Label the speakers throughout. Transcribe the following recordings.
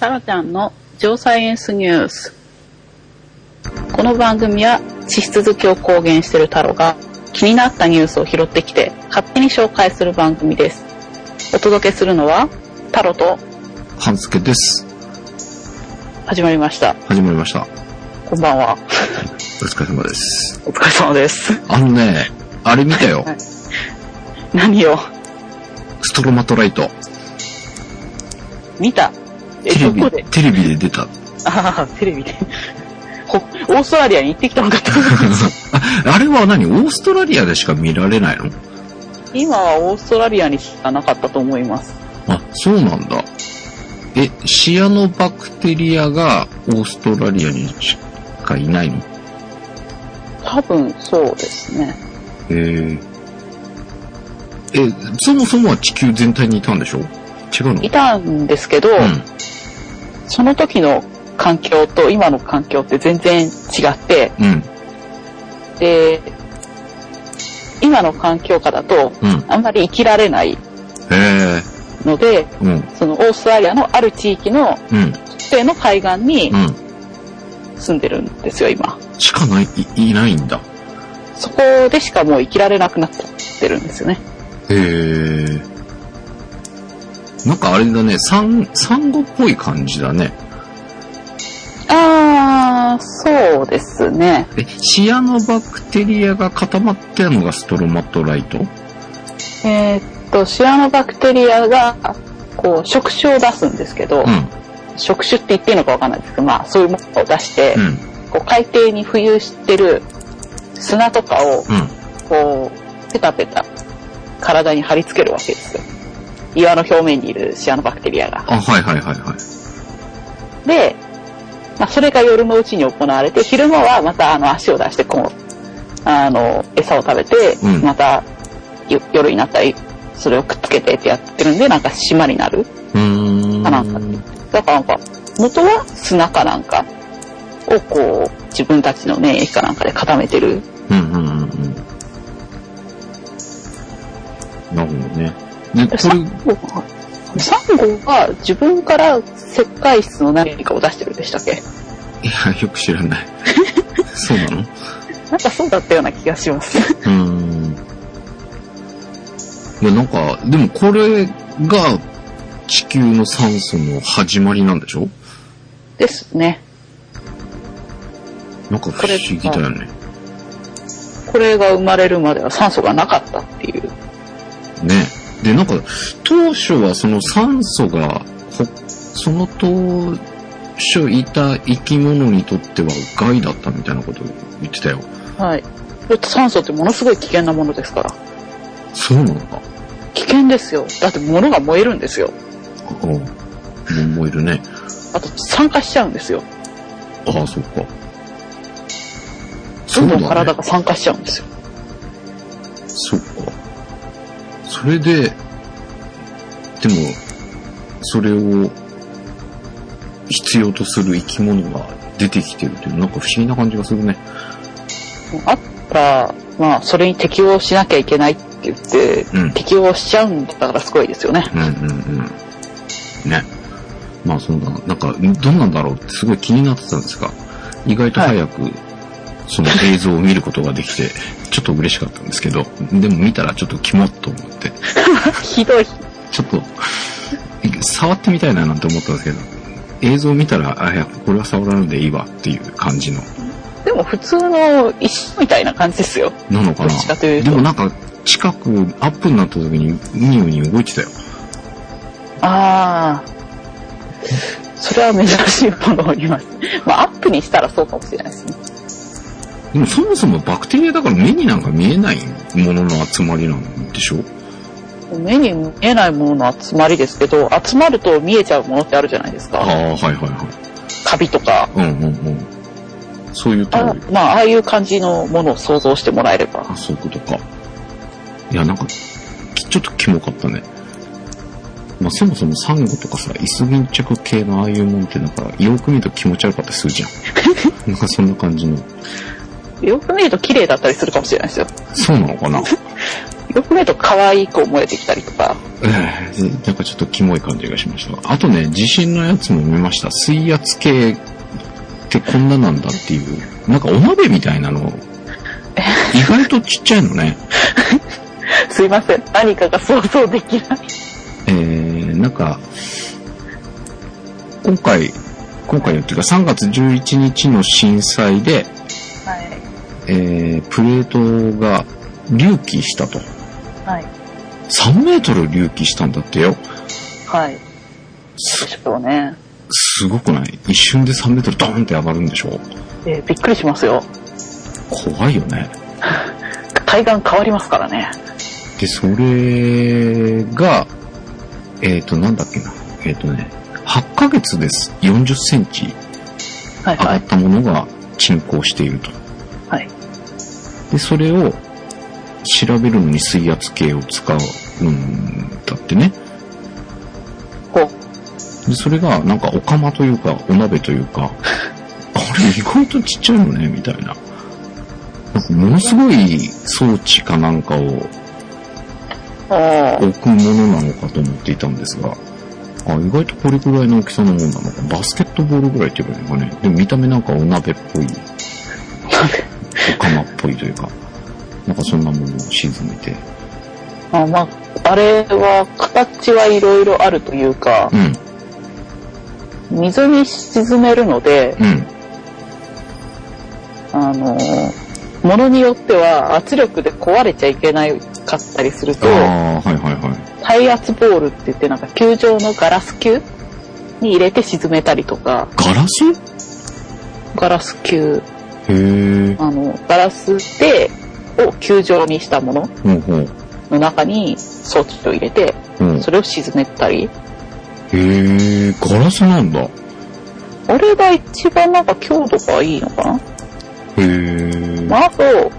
Speaker 1: タラちゃんのジョーサイエンスニュース。この番組は地質好きを公言しているタロが気になったニュースを拾ってきて勝手に紹介する番組です。お届けするのはタロと
Speaker 2: 半助です。
Speaker 1: 始まりました。
Speaker 2: 始まりました。
Speaker 1: こんばんは。
Speaker 2: お疲れ様です。
Speaker 1: お疲れ様です。
Speaker 2: あのね、あれ見たよ
Speaker 1: は。い何を
Speaker 2: ストロマトライト。
Speaker 1: 見たえ、
Speaker 2: テレ
Speaker 1: ど
Speaker 2: ビ
Speaker 1: こで、
Speaker 2: テレビで出た。
Speaker 1: ああ、テレビで。ほオーストラリアに行ってきたの かと思った
Speaker 2: あれは何オーストラリアでしか見られないの
Speaker 1: 今はオーストラリアにしかなかったと思います。
Speaker 2: あ、そうなんだ。え、シアノバクテリアがオーストラリアにしかいないの
Speaker 1: 多分そうですね。
Speaker 2: ええ、そもそもは地球全体にいたんでしょ違うの
Speaker 1: いたんですけど、
Speaker 2: うん。
Speaker 1: その時の環境と今の環境って全然違って、
Speaker 2: うん。
Speaker 1: で、今の環境下だと
Speaker 2: うん。
Speaker 1: あんまり生きられない
Speaker 2: え
Speaker 1: ので、
Speaker 2: えうん。
Speaker 1: そのオーストラリアのある地域の
Speaker 2: うん。
Speaker 1: 特定の海岸に
Speaker 2: うん。
Speaker 1: 住んでるんですよ、今。
Speaker 2: しかない、いいないんだ。
Speaker 1: そこでしかもう生きられなくなってるんですよね。
Speaker 2: へえ。なんかあれだね、サン、サンゴっぽい感じだね。
Speaker 1: あー、そうですね。
Speaker 2: え、シアノバクテリアが固まってるのがストロマトライト
Speaker 1: えーっと、シアノバクテリアが、こう、触手を出すんですけど、
Speaker 2: うん、
Speaker 1: 触手って言っていいのかわかんないですけど、まあ、そういうものを出して、
Speaker 2: うん、
Speaker 1: こう海底に浮遊してる砂とかを、
Speaker 2: うん。
Speaker 1: こう、ペタペタ、体に貼り付けるわけですよ。岩の表面にいるシアノバクテリアが。
Speaker 2: あ、はいはいはいはい。
Speaker 1: で、まあ、それが夜のうちに行われて、昼間はまた、あの、足を出して、こう、あの、餌を食べて、
Speaker 2: うん
Speaker 1: また、よ夜になったり、それをくっつけてってやってるんで、なんか島になる。
Speaker 2: うーん。
Speaker 1: あなんかだからなんか、元は砂かなんかをこう、自分たちの免疫かなんかで固めてる。
Speaker 2: うんうんうんうん。なるほどね。で、こ
Speaker 1: サンゴは、サンゴは自分から石灰質の何かを出してるんでしたっけ
Speaker 2: れ、いや、よく知ら ない。そうなのう
Speaker 1: なんかそうだったような気がします。
Speaker 2: ーん。いや、なんか、でもこれが地球の酸素の始まりなんでしょ
Speaker 1: ですね。
Speaker 2: なんか不思議だよね。
Speaker 1: これが生まれるまでは酸素がなかったっていう。
Speaker 2: ね。で、なんか、当初はその酸素が、ほその当初いた生き物にとっては害だったみたいなこと言ってたよ。
Speaker 1: はい。だって酸素ってものすごい危険なものですから。
Speaker 2: そうなのか。
Speaker 1: 危険ですよ。だって物が燃えるんですよ。
Speaker 2: ああ、もう燃えるね。
Speaker 1: あと酸化しちゃうんですよ。
Speaker 2: ああ、そっか。そ
Speaker 1: ど
Speaker 2: うんだ
Speaker 1: どん体
Speaker 2: ね。
Speaker 1: が酸化しちゃうんですよ。
Speaker 2: そっか。それで、でも、それを必要とする生き物が出てきてるっていう、なんか不思議な感じがするね。
Speaker 1: あった、まあ、それに適応しなきゃいけないって言って、
Speaker 2: うん。
Speaker 1: 適応しちゃうんだからすごいですよね。
Speaker 2: うんうんうん。ね。まあそんな、なんか、どんなんだろうってすごい気になってたんですが、意外と早く、その映像を見ることができて、ちょっと嬉しかったんですけど、でも見たらちょっとキモッと思って、
Speaker 1: ひどい。
Speaker 2: ちょっと、触ってみたいななんて思ったんですけど、映像を見たら、あ、いや、これは触らないでいいわっていう感じの、
Speaker 1: でも普通の石みたいな感じですよ。
Speaker 2: なのか
Speaker 1: どっちか
Speaker 2: な。
Speaker 1: という
Speaker 2: で
Speaker 1: と
Speaker 2: も。なんか、近く、アップになった時に、ニューに動いてたよ。
Speaker 1: ああ。それは珍しいものを言います。まあ、アップにしたらそうかもしれないですね。
Speaker 2: でもそもそもバクテリアだから目になんか見えないものの集まりなんでしょ
Speaker 1: 目に見えないものの集まりですけど、集まると見えちゃうものってあるじゃないです
Speaker 2: ああ
Speaker 1: か。、
Speaker 2: はいはいは
Speaker 1: カビとか。
Speaker 2: い。うんうんうん。そういう通
Speaker 1: あ
Speaker 2: り。
Speaker 1: まあ、ああいう感じのものを想像してもらえれば。
Speaker 2: あ、そういうことか。いや、なんか、きちょっとキモかったね。まあ、そもそもサンゴとかさ、イスギンチャク系のああいうもんってなんか、よく見ると気持ち悪かったりするじゃん。なんかそんな感じの。
Speaker 1: よく見ると綺麗だったりするかもしれないですよ。
Speaker 2: そうなのかな
Speaker 1: よく見ると可愛く思えてきたりとか。
Speaker 2: うんなんかちょっとキモい感じがしました。あとね、地震のやつも見ました。水圧計ってこんななんだっていう。なんかお鍋みたいなの、意外とちっちゃいのね。
Speaker 1: すいません。何かが想像できない。
Speaker 2: えー、なんか、今回、今回のっていうか3月11日の震災で、
Speaker 1: はい。
Speaker 2: えー、プレートが隆起したと。
Speaker 1: はい。
Speaker 2: 3メートル隆起したんだってよ。、
Speaker 1: はい。ですしょうね。
Speaker 2: すごくない一瞬で3メートルドーンって上がるんでしょ
Speaker 1: えーびっくりしますよ。
Speaker 2: 怖いよね。
Speaker 1: 海岸変わりますからね。
Speaker 2: で、それが、えっ、と、なんだっけな。えっ、とね、8ヶ月です。40センチ
Speaker 1: はい
Speaker 2: 上が
Speaker 1: は
Speaker 2: っ
Speaker 1: い。
Speaker 2: たものが沈降していると。
Speaker 1: はい。
Speaker 2: で、それを調べるのに水圧計を使うんだってね。
Speaker 1: こう。
Speaker 2: で、それがなんかお釜というか、お鍋というか、あれ意外とちっちゃいのね、みたいな。なんかものすごい装置かなんかを
Speaker 1: あ
Speaker 2: 置くものなのかと思っていたんですが、あ意外とこれくらいの大きさのものなのか、バスケットボールぐらいって言えばいいのかね。でも見た目なんかお鍋っぽい、お釜っぽいというか、なんかそんなものを沈めて。
Speaker 1: あ。まあ、あれは、形はいろいろあるというか
Speaker 2: う、ん、
Speaker 1: 水に沈めるので、
Speaker 2: うん、
Speaker 1: あのー、ものによっては圧力で壊れちゃいけないかったりすると、
Speaker 2: ああ、はいはいはい。
Speaker 1: 耐圧ボールって言ってなんか球場のガラス球に入れて沈めたりとか、
Speaker 2: ガラス
Speaker 1: ガラス球、
Speaker 2: へえ。
Speaker 1: あの、ガラスで、を球状にしたもの
Speaker 2: ほうほう。
Speaker 1: の中に装置を入れて、
Speaker 2: うん、へ
Speaker 1: それを沈めたり。
Speaker 2: え、ガラスなんだ。へ
Speaker 1: あれが一番なんか強度がいいのかな、
Speaker 2: え。
Speaker 1: まあ、あと、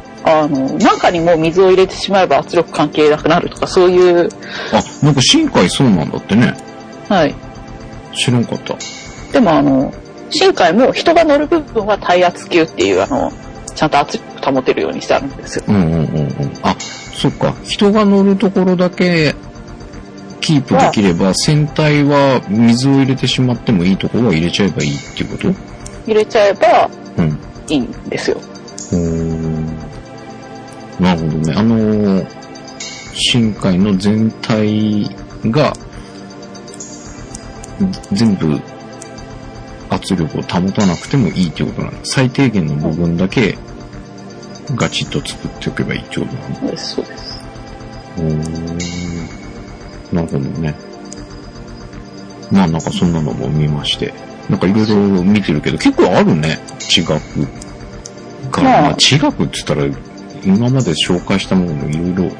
Speaker 1: あの、中にもう水を入れてしまえば圧力関係なくなるとか、そういう、
Speaker 2: あ、なんか深海そうなんだってね。
Speaker 1: はい。
Speaker 2: 知らんかった。
Speaker 1: でもあの、深海も人が乗る部分は耐圧球っていうあの、ちゃんと圧力保てるようにしてあるんですよ。
Speaker 2: うんうんうんうん。あ、そっか。人が乗るところだけキープできれば、船体は水を入れてしまってもいいところは入れちゃえばいいっていうこと
Speaker 1: 入れちゃえば
Speaker 2: うん。
Speaker 1: いいんですよ。
Speaker 2: うーんなるほどね。あのー深海の全体が、全部圧力を保たなくてもいいってことなの。最低限の部分だけガチッと作っておけばいいってことなの。
Speaker 1: そうです、そうです。
Speaker 2: うーんなるほどね。まあなんかそんなのも見まして。なんかいろいろ見てるけど、結構あるね。地学から。
Speaker 1: まあ
Speaker 2: まあ地学って言ったら、今まで紹介したものもいろいろ、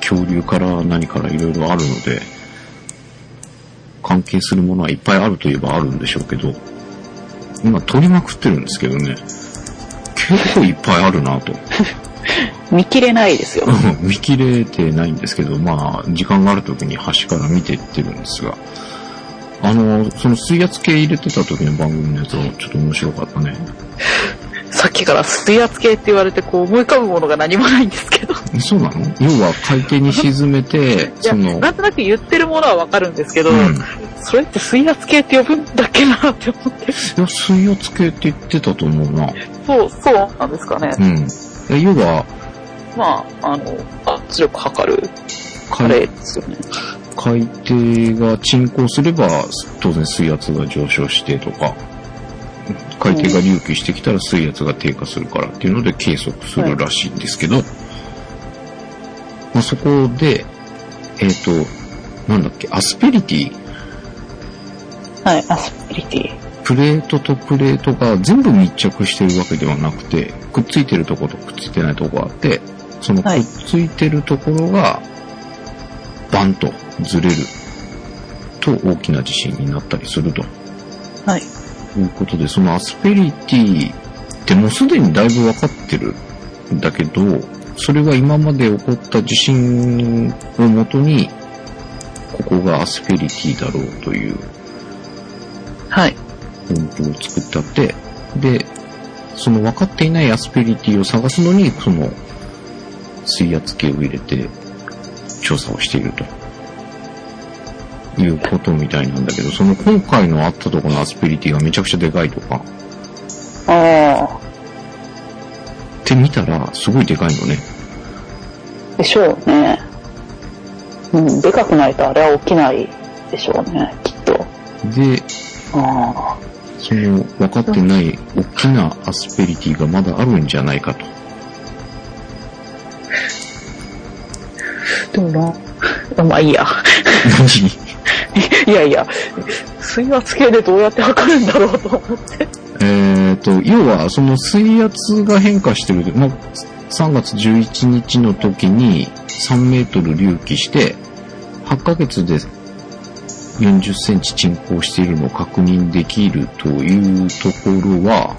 Speaker 2: 恐竜から何からいろいろあるので、関係するものはいっぱいあるといえばあるんでしょうけど、今取りまくってるんですけどね、結構いっぱいあるなと。
Speaker 1: 見切れないですよ。
Speaker 2: うん 見切れてないんですけど、まあ、時間がある時に端から見ていってるんですが、あの、その水圧計入れてた時の番組のやつはちょっと面白かったね。
Speaker 1: さっきから水圧計って言われてこう思い浮かぶものが何もないんですけど。
Speaker 2: そうなの要は海底に沈め て、
Speaker 1: いや、
Speaker 2: その、
Speaker 1: なんとなく言ってるものはわかるんですけど、
Speaker 2: うん。
Speaker 1: それって水圧計って呼ぶんだっけなって思って。
Speaker 2: いや水圧計って言ってたと思うな。
Speaker 1: そう、そうなんですかね。
Speaker 2: うん。え要は、
Speaker 1: まあ、あの、圧力測る、あ
Speaker 2: 海
Speaker 1: れですよね。
Speaker 2: 海底が沈降すれば、当然水圧が上昇してとか、海底が隆起してきたら水圧が低下するからっていうので計測するらしいんですけど、まあ、そこで、えっ、と、なんだっけ、アスペリティ、
Speaker 1: はい、アスピリティ。
Speaker 2: プレートとプレートが全部密着してるわけではなくて、くっついてるところとくっついてないところがあって、そのく
Speaker 1: はい
Speaker 2: っついてるところが、バンとずれると大きな地震になったりすると
Speaker 1: はい。
Speaker 2: いうことで、そのアスペリティってもうすでにだいぶ分かってるんだけど、それが今まで起こった地震をもとに、ここがアスペリティだろうという
Speaker 1: はい。
Speaker 2: 分布を作ってあって、で、その分かっていないアスペリティを探すのに、その水圧計を入れて調査をしていると。いうことみたいなんだけど、その今回のあったとこのアスペリティがめちゃくちゃでかいとか、
Speaker 1: あ
Speaker 2: って見たらすごいでかいのね。
Speaker 1: あ、でしょうね。うん、でかくないとあれは起きないでしょうね、きっと。
Speaker 2: で、
Speaker 1: ああ、
Speaker 2: その分かってない大きなアスペリティがまだあるんじゃないかと。
Speaker 1: でもな、まあいいや。
Speaker 2: 何
Speaker 1: いやいや、水圧計でどうやって測るんだろうと思って。
Speaker 2: えっと、要は、その水圧が変化してる、まあ、3月11日の時に3メートル隆起して、8ヶ月で40センチ沈降しているのを確認できるというところは、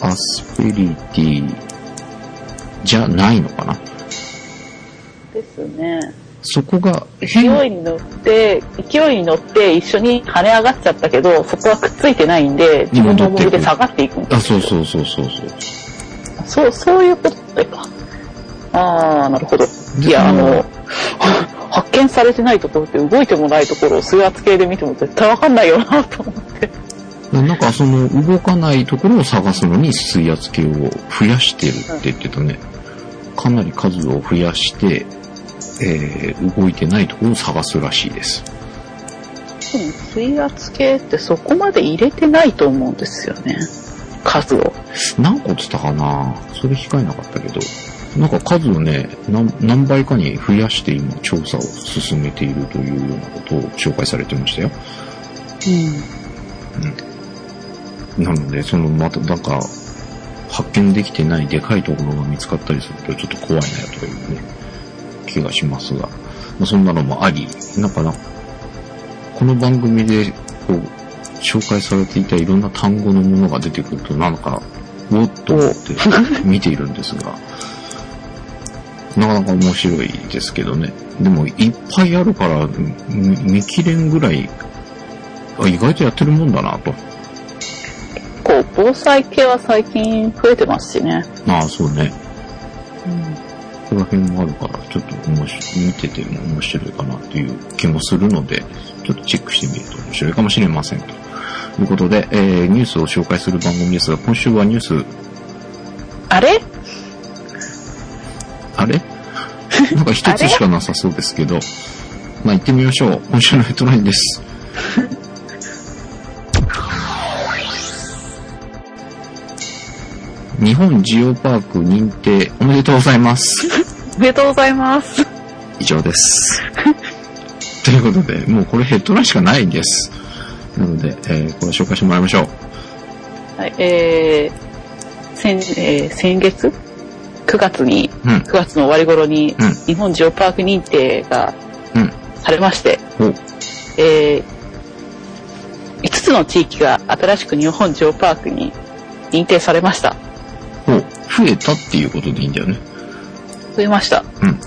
Speaker 2: アスペリティじゃないのかな
Speaker 1: ですね。
Speaker 2: そこが
Speaker 1: 勢
Speaker 2: 変、
Speaker 1: いに乗って、勢いに乗って一緒に跳ね上がっちゃったけど、そこはくっついてないんで、自分の重みで下がっていくんだ
Speaker 2: あ、そうそうそうそうそう。
Speaker 1: そう、そういうことか。ああ、なるほど。
Speaker 2: で
Speaker 1: いや、あ
Speaker 2: その
Speaker 1: の、 は発見されてないところって動いてもないところを水圧計で見ても絶対わかんないよなと思って。
Speaker 2: なんかその動かないところを探すのに水圧計を増やしてるって言ってたね。かなり数を増やして、えー、動いてないところを探すらしいです。
Speaker 1: 水圧計ってそこまで入れてないと思うんですよね。数を。
Speaker 2: 何個っつったかなそれ控えなかったけど。なんか数をね、何何倍かに増やして今調査を進めているというようなことを紹介されてましたよ。なので、そのまた、なんか、発見できてないでかいところが見つかったりするとちょっと怖いなというね、気がしますが、まあ、そんなのもあり、なんかな、この番組でこう、紹介されていたいろんな単語のものが出てくると、なんか、おっと思って見ているんですが、なかなか面白いですけどね。でも、いっぱいあるから、み見切れんぐらい、あ意外とやってるもんだなと。
Speaker 1: こう、防災系は最近増えてますしね。
Speaker 2: ああ、そうね。ここら辺もあるから、ちょっと面白い、見てても面白いかなという気もするので、ちょっとチェックしてみると面白いかもしれませんと。いうことで、えー、ニュースを紹介する番組ですが、今週はニュース、
Speaker 1: あれ
Speaker 2: あれなんか一つしかなさそうですけど、まあ行ってみましょう。今週のヘッドラインです。日本ジオパーク認定おめでとうございます。
Speaker 1: おめでとうございます。
Speaker 2: 以上です。 ということで、もうこれヘッドラインしかないんです。なので、えーこれ紹介してもらいましょう。
Speaker 1: はい、えー、先、えー先月 ?9 月に、
Speaker 2: うん
Speaker 1: 9月の終わり頃に、
Speaker 2: うん
Speaker 1: 日本ジオパーク認定が
Speaker 2: うん。
Speaker 1: されまして、
Speaker 2: お、
Speaker 1: え5つの地域が新しく日本ジオパークに認定されました。
Speaker 2: お、増えたっていうことでいいんだよね。
Speaker 1: 増えました。
Speaker 2: うん。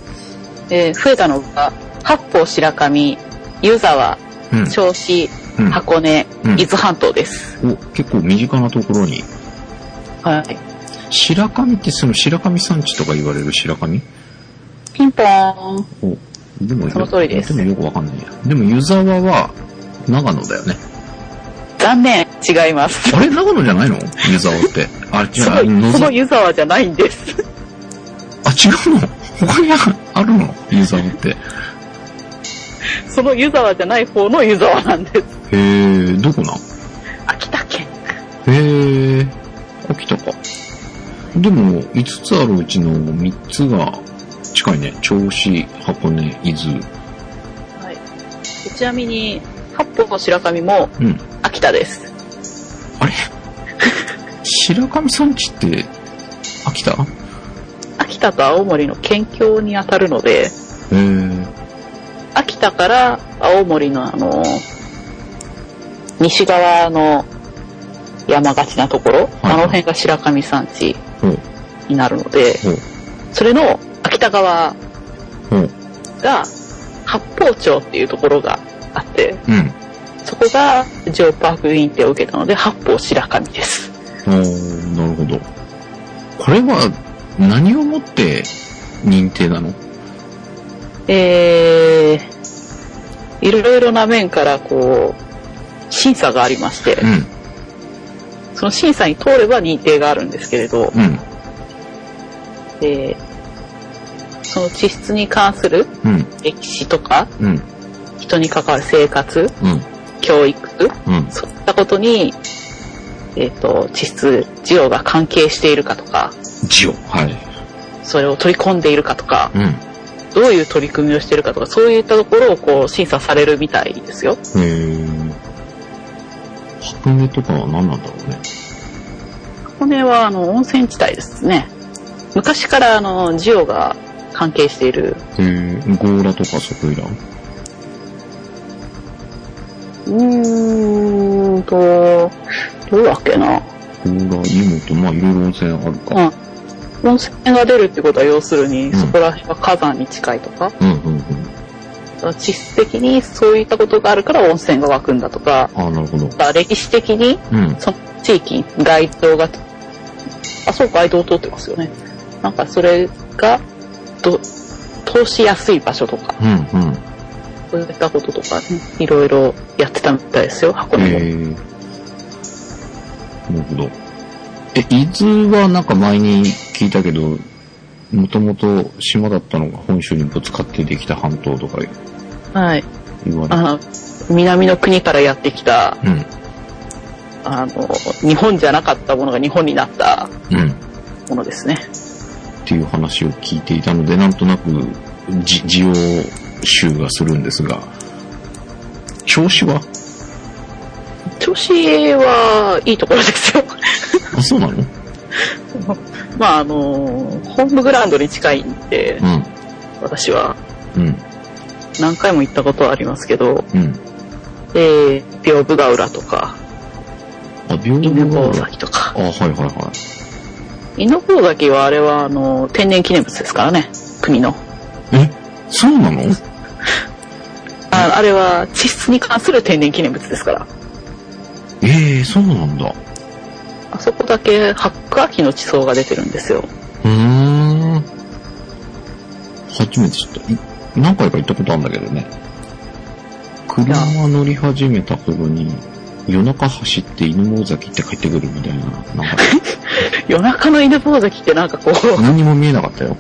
Speaker 1: えー増えたのが、八方白神、湯沢、
Speaker 2: うん。
Speaker 1: 銚子、
Speaker 2: うん
Speaker 1: 箱根、
Speaker 2: うん
Speaker 1: 伊豆半島です。
Speaker 2: お、結構身近なところに。
Speaker 1: はい。
Speaker 2: 白神ってその白神山地とか言われる白神
Speaker 1: ピンポーン。
Speaker 2: お、でもよ
Speaker 1: その通りです
Speaker 2: でもよくわかんないや。でも湯沢は長野だよね。
Speaker 1: 残念。違います。
Speaker 2: あれ長野じゃないの湯沢って。あ、違、
Speaker 1: そう
Speaker 2: 野
Speaker 1: のそ
Speaker 2: 沢
Speaker 1: の湯沢じゃないんです。
Speaker 2: あ、違うの他にあるの湯沢って。
Speaker 1: その湯沢じゃない方の湯沢なんです。
Speaker 2: へー、どこなん
Speaker 1: 秋田県。
Speaker 2: へえ、秋田か。でも、5つあるうちの3つが近いね。銚子、箱根、伊豆。
Speaker 1: はい。ちなみに、八方白神も
Speaker 2: うん。
Speaker 1: 秋田です。
Speaker 2: あれ白神山地って、秋田へ
Speaker 1: 秋田と青森の県境にあたるので、
Speaker 2: え、
Speaker 1: 秋田から青森のあの、西側の山がちなところ、あの辺が白神山地
Speaker 2: ほう、
Speaker 1: になるので、
Speaker 2: ほう、
Speaker 1: それの秋田側
Speaker 2: ほう。
Speaker 1: が八方町っていうところがあって、
Speaker 2: うん。
Speaker 1: そこがジオパーク認定を受けたので、八方白神です。
Speaker 2: おー、なるほど。これは、何をもって認定なの
Speaker 1: えー、いろいろな面からこう、審査がありまして、
Speaker 2: う
Speaker 1: その審査に通れば認定があるんですけれど、
Speaker 2: ん、うん、
Speaker 1: えー、その地質に関する
Speaker 2: うん、
Speaker 1: 歴史とか、
Speaker 2: うん、
Speaker 1: 人に関わる生活、
Speaker 2: うん、
Speaker 1: 教育、
Speaker 2: うん、
Speaker 1: そういったことに、えっ、と、地質、事業が関係しているかとか、
Speaker 2: ジオ。はい。
Speaker 1: それを取り込んでいるかとか、
Speaker 2: うん。
Speaker 1: どういう取り組みをしているかとか、そういったところをこう審査されるみたいですよ。
Speaker 2: えー、箱根とかは何なんだろうね。
Speaker 1: 箱根はあの温泉地帯ですね。昔からあのジオが関係している。
Speaker 2: えー、ゴーラとかそこいらん
Speaker 1: うーんと、どうだっけな。
Speaker 2: ゴーラ、湯本、まあいろいろ温泉ある
Speaker 1: う
Speaker 2: か。
Speaker 1: ん。温泉が出るってことは要するに、
Speaker 2: ん
Speaker 1: そこら辺は火山に近いとか、
Speaker 2: うん、うん、うん。
Speaker 1: 地質的にそういったことがあるから温泉が湧くんだとか、
Speaker 2: ああ、なるほど。
Speaker 1: まあ歴史的に
Speaker 2: うん。
Speaker 1: その地域に街灯が、あ、そうか、街灯を通ってますよね。なんかそれが、ど、通しやすい場所とか、
Speaker 2: うん、うん。
Speaker 1: そういったこととかね、いろいろやってたみたいですよ、箱根も。
Speaker 2: えー、なるほど。え、伊豆はなんか前に聞いたけど、もともと島だったのが本州にぶつかってできた半島とか
Speaker 1: はい。
Speaker 2: 言われて。
Speaker 1: あ南の国からやってきた、
Speaker 2: うん。
Speaker 1: あの、日本じゃなかったものが日本になった
Speaker 2: うん。っ
Speaker 1: ものですね。
Speaker 2: ていう話を聞いていたので、なんとなく、じ、ジオ州がするんですが、調子は
Speaker 1: 調子はいいところですよ。
Speaker 2: あ、そうなのうん。
Speaker 1: まあ、あの、ホームグラウンドに近いんで、私は
Speaker 2: うん。
Speaker 1: 何回も行ったことはありますけど、
Speaker 2: うん。
Speaker 1: えー、屏風ヶ浦とか、
Speaker 2: あ、屏
Speaker 1: 犬
Speaker 2: 風が
Speaker 1: 吠
Speaker 2: ある。
Speaker 1: 埼とか
Speaker 2: あ、。はいはいはい。
Speaker 1: 犬吠埼はあれはあの天然記念物ですからね、国の。
Speaker 2: え、そうなの
Speaker 1: ああれは地質に関する天然記念物ですから。
Speaker 2: ええー、そうなんだ。
Speaker 1: あそこだけ白亜紀の地層が出てるんですよ。
Speaker 2: うーん。初めて知った。い何回か行ったことあるんだけどね。車乗り始めた頃に、夜中走って犬吠崎行って帰ってくるみたいな、なん か、
Speaker 1: 夜中の犬吠埼ってなんかこう、
Speaker 2: 何にも見えなかったよ。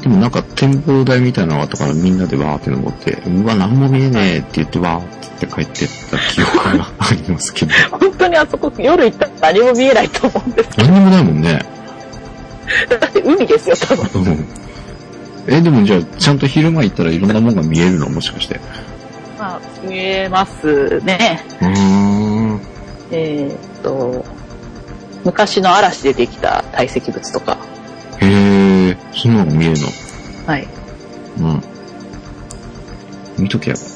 Speaker 2: でもなんか展望台みたいなのがあったからみんなでわーって登って、うわ、何も見えねえって言ってわーって帰ってった記憶があります けど。
Speaker 1: 本当にあそこ夜行ったら何も見えないと思うんです
Speaker 2: 何にもないもんね。
Speaker 1: けど、だって海ですよ、多分。
Speaker 2: うん。え、でもじゃあ、ちゃんと昼間行ったらいろんなもんが見えるのもしかして。
Speaker 1: まあ、見えますね。
Speaker 2: うーん。
Speaker 1: えーっと、昔の嵐でできた堆積物とか。
Speaker 2: へえ、そんなの見える
Speaker 1: はい。
Speaker 2: の。うん。見ときゃよかっ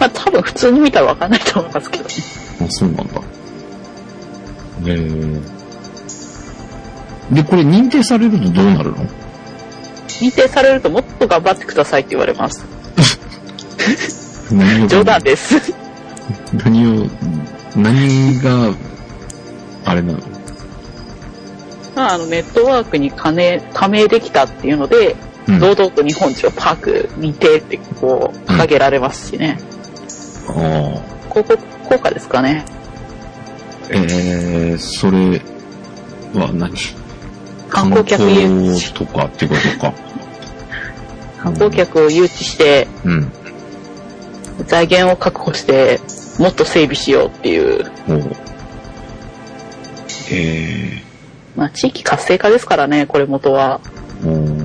Speaker 1: まあ多分普通に見たらわかんないと思いますけどね。
Speaker 2: た。あ、そうなんだ。へえ。で、これ認定されるとどうなるの
Speaker 1: 認定されるともっと頑張ってくださいって言われます。
Speaker 2: 何を、
Speaker 1: 冗談です。
Speaker 2: 何を、何が、あれなの
Speaker 1: まあ、あの、ネットワークに加盟加盟できたっていうので、
Speaker 2: うん。
Speaker 1: 堂々と日本一をパーク認定ってこう、掲げられますしね。
Speaker 2: あ
Speaker 1: 広告効果ですかね。
Speaker 2: あ。えー、それは何
Speaker 1: 観光客
Speaker 2: 観
Speaker 1: 誘致
Speaker 2: 光とかってことか。
Speaker 1: 観光客を誘致して、
Speaker 2: うん。
Speaker 1: 財源を確保して、もっと整備しようっていう、
Speaker 2: おう。え
Speaker 1: まあ、地域活性化ですからね、これ元は。
Speaker 2: ー、おー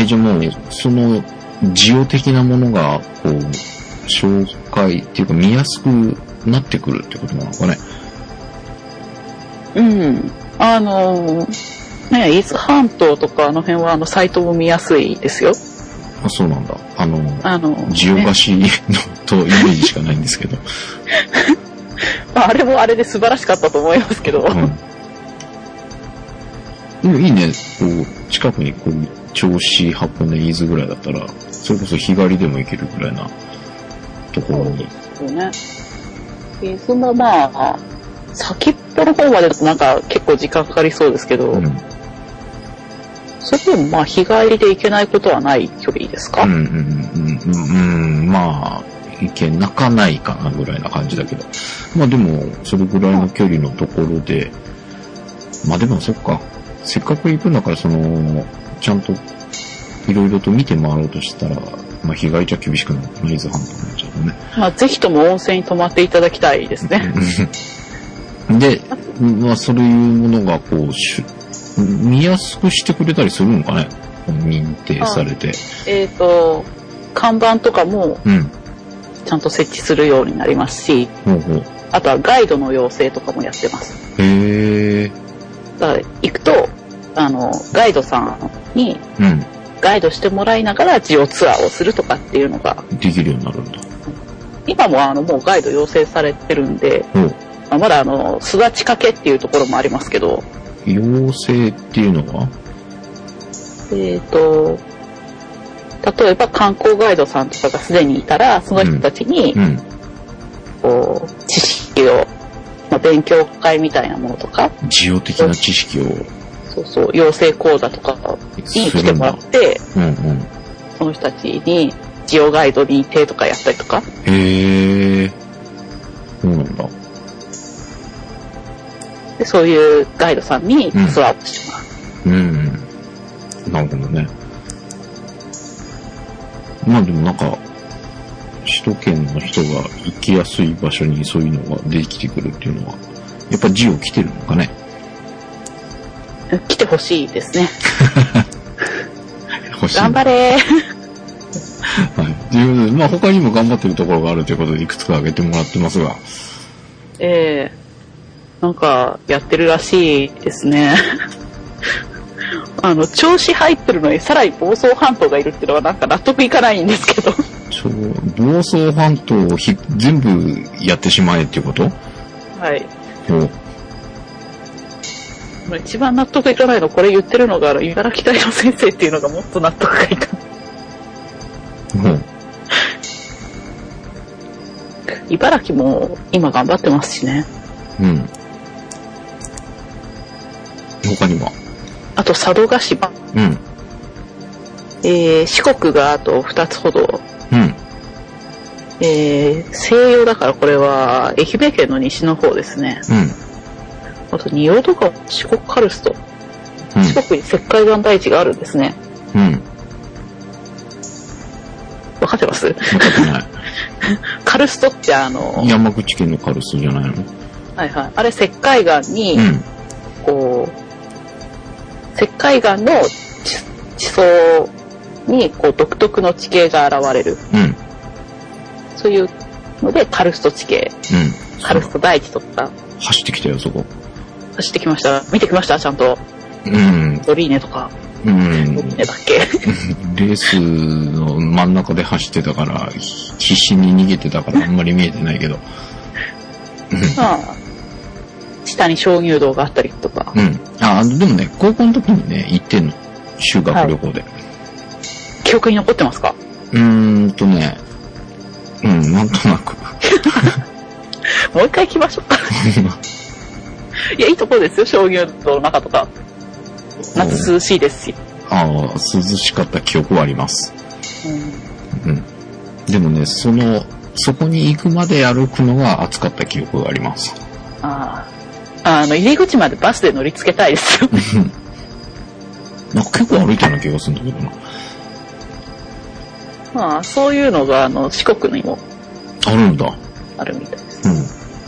Speaker 2: え、じゃあもう、その、ジオ的なものが、こう、紹介っていうか見やすくなってくるってことなのかね。
Speaker 1: うん。あの、ね、伊豆半島とかあの辺はあの、サイトも見やすいですよ。
Speaker 2: あ、そうなんだ。あの、
Speaker 1: あの、
Speaker 2: ジオ
Speaker 1: ね
Speaker 2: 菓子のとイメージしかないんですけど。
Speaker 1: まあ、あれもあれで素晴らしかったと思いますけど、
Speaker 2: うん。でもいいね、こう、近くにこう、銚子、箱根、伊豆ぐらいだったら、それこそ日帰りでも行けるぐらいなところに。
Speaker 1: そうね。伊豆もまあ、先っぽの方までだとなんか結構時間かかりそうですけど、
Speaker 2: うん。
Speaker 1: それでもまあ日帰りで行けないことはない距離ですか、
Speaker 2: うんうんうんうん、うん、まあ、いけなかないかなぐらいな感じだけど。まあでも、それぐらいの距離のところで、まあでもそっか、せっかく行くんだから、その、ちゃんと、いろいろと見て回ろうとしたら、まあ被害者厳しくなるかな、伊豆半島になっちゃうとね。
Speaker 1: まあぜひとも温泉に泊まっていただきたいですね。
Speaker 2: で、まあ、そういうものが、こう、しゅ見やすくしてくれたりするのかね認定されて。
Speaker 1: えっと、看板とかも
Speaker 2: うん。
Speaker 1: ちゃんと設置するようになりますし、
Speaker 2: ほうほう。
Speaker 1: あとはガイドの要請とかもやってます。
Speaker 2: へえ。
Speaker 1: だから行くと、あの、ガイドさんに
Speaker 2: うん。
Speaker 1: ガイドしてもらいながらジオツアーをするとかっていうのが、
Speaker 2: できるようになるんだ。
Speaker 1: 今もあの、もうガイド要請されてるんで、
Speaker 2: ほう。
Speaker 1: まあまだあの、巣立ちかけっていうところもありますけど、
Speaker 2: 妖精っていうのは
Speaker 1: えっ、と、例えば観光ガイドさんとかがすでにいたら、その人たちに
Speaker 2: う、ん。
Speaker 1: こう、知識を、まあ、勉強会みたいなものとか、
Speaker 2: ジオ的な知識を
Speaker 1: そうそう、養成講座とかに
Speaker 2: す
Speaker 1: 来て
Speaker 2: るん
Speaker 1: もら
Speaker 2: だ
Speaker 1: っ。て、
Speaker 2: うんうん。
Speaker 1: その人たちに、ジオガイド認定とかやったりとか、
Speaker 2: へえ。そうなんだ。
Speaker 1: でそういうガイドさんにツアーをしてもらう。
Speaker 2: うん。なるほどね。まあでもなんか、首都圏の人が行きやすい場所にそういうのができてくるっていうのは、やっぱジオ来てるのかね。
Speaker 1: 来てほしいですね。
Speaker 2: 欲しいな
Speaker 1: 頑張れー
Speaker 2: はい。ということで、まあ他にも頑張ってるところがあるということで、いくつか挙げてもらってますが。
Speaker 1: ええなんか、やってるらしいですね。 あの、調子入ってるのに、さらに房総半島がいるっていうのはなんか納得いかないんですけど。
Speaker 2: そう、房総半島をひ全部やってしまえっていうこと
Speaker 1: はい。
Speaker 2: お
Speaker 1: まあ一番納得いかないの、これ言ってるのが、あの、茨城大の先生っていうのがもっと納得がいかない。
Speaker 2: お
Speaker 1: 茨城も今頑張ってますしね。
Speaker 2: うん。他にも。
Speaker 1: あと、佐渡島。
Speaker 2: うん。
Speaker 1: えー、四国があと2つほど。
Speaker 2: うん。
Speaker 1: えー、西洋だからこれは、愛媛県の西の方ですね。
Speaker 2: うん。
Speaker 1: あと、仁王とか四国カルスト。四国に石灰岩台地があるんですね。
Speaker 2: うん。うん。
Speaker 1: わかってます
Speaker 2: 分かって
Speaker 1: カルストってあの
Speaker 2: ない。、山口県のカルスじゃないの
Speaker 1: はいはい。あれ石灰岩に
Speaker 2: う、ん。
Speaker 1: こう、石灰岩の地地層に、こう、独特の地形が現れる。
Speaker 2: うん。うん。
Speaker 1: そういうので、カルスト地形、カルスト大地とか、
Speaker 2: 走ってきたよ、そこ。
Speaker 1: 走ってきました。見てきましたちゃんと。
Speaker 2: うん。
Speaker 1: ドリーネとか、
Speaker 2: うん。
Speaker 1: ドリーネだっ け
Speaker 2: レースの真ん中で走ってたから、ひ必死に逃げてたからあんまり見えてないけど。
Speaker 1: まあ、下に鍾乳洞があったりとか。
Speaker 2: うん。あ、あのでもね、高校の時にね、行ってんの。修学旅行で。
Speaker 1: 記憶に残ってますか
Speaker 2: うーんとね、うん、なんとなく。
Speaker 1: もう一回行きましょう か。いや、いいところですよ、鍾乳洞の中とか。夏涼しいですし。
Speaker 2: ああ、涼しかった記憶はあります。
Speaker 1: うん
Speaker 2: うん。でもね、その、そこに行くまで歩くのが暑かった記憶があります。
Speaker 1: ああ。あの、入り口までバスで乗り付けたい ですよ。
Speaker 2: なんか結構歩いたような気がするんだけどな。
Speaker 1: まあ、そういうのが、あの、四国にも
Speaker 2: あるんだ。
Speaker 1: あるみたいです。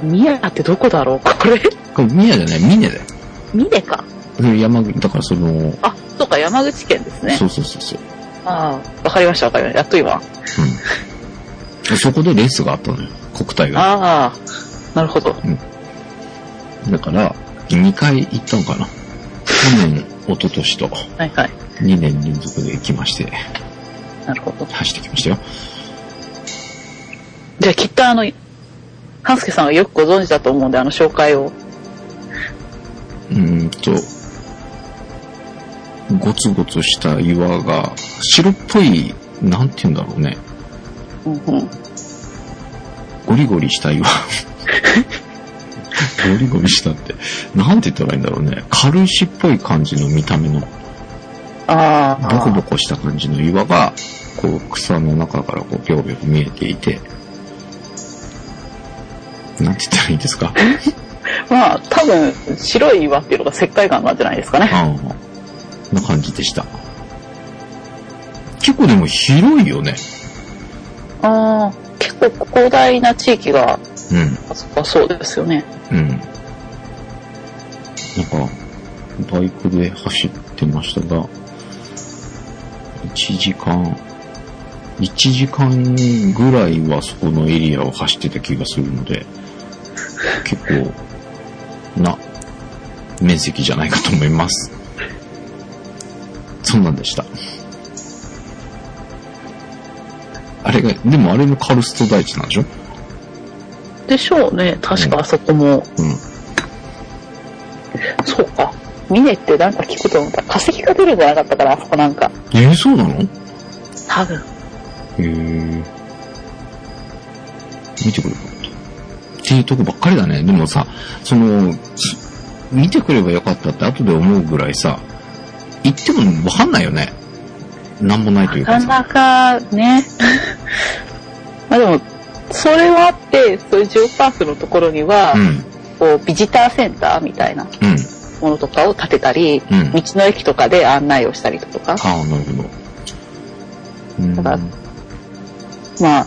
Speaker 1: と宮ってどこだろうこれ、
Speaker 2: ん。宮じゃない、峰だよ。
Speaker 1: 峰か。
Speaker 2: うん山口、だからその、
Speaker 1: あ、そうか、山口県ですね
Speaker 2: そ。うそうそうそう。
Speaker 1: ああ、わかりました、わかりました。やっと今。
Speaker 2: うん。そこでレースがあったのよ。国体が。
Speaker 1: ああ、なるほど。
Speaker 2: だから、2回行ったのかな。去年、一昨年と
Speaker 1: はいはい。
Speaker 2: 2年連続で行きまして、
Speaker 1: なるほど。
Speaker 2: 走ってきましたよ。
Speaker 1: じゃあ、きっとあの、半助さんはよくご存知だと思うんで、あの、紹介を。
Speaker 2: うーんと、ゴツゴツした岩が、白っぽい、なんて言うんだろうね。
Speaker 1: うんうん。
Speaker 2: ゴリゴリした岩。通りゴミしたって。なんて言ったらいいんだろうね。軽石っぽい感じの見た目の、
Speaker 1: ああ。
Speaker 2: ボコボコした感じの岩が、こう草の中からこうぴょぴょ見えていて、なんて言ったらいいんですか
Speaker 1: まあ、多分、白い岩っていうのが石灰岩なんじゃないですかね。
Speaker 2: ああ、な感じでした。結構でも広いよね。
Speaker 1: ああ。結構広大な地域が、
Speaker 2: うん。
Speaker 1: あそこはそうですよね。
Speaker 2: うん。なんか、バイクで走ってましたが、1時間、1時間ぐらいはそこのエリアを走ってた気がするので、結構、な、面積じゃないかと思います。そんなんでした。あれが、でもあれもカルスト台地なんでしょ
Speaker 1: でしょうね。確かあそこも。
Speaker 2: うん。
Speaker 1: そうか。ミネってなんか聞くと思った。化石が出るんじゃなかったから、あそこなんか。
Speaker 2: えー、そうなの
Speaker 1: 多分。
Speaker 2: へえ。見てくればよかった。っていうとこばっかりだね。でもさ、その、し見てくればよかったって後で思うぐらいさ、行ってもわかんないよね。なんもないというか
Speaker 1: な
Speaker 2: さ。
Speaker 1: かなかね。 まあでも、それはあって、そういう10パースのところには、
Speaker 2: うん、
Speaker 1: こう、ビジターセンターみたいな
Speaker 2: うん、
Speaker 1: ものとかを建てたり、
Speaker 2: うん。
Speaker 1: 道の駅とかで案内をしたりだとか、
Speaker 2: ああ、なるほど。うん
Speaker 1: だからまあ、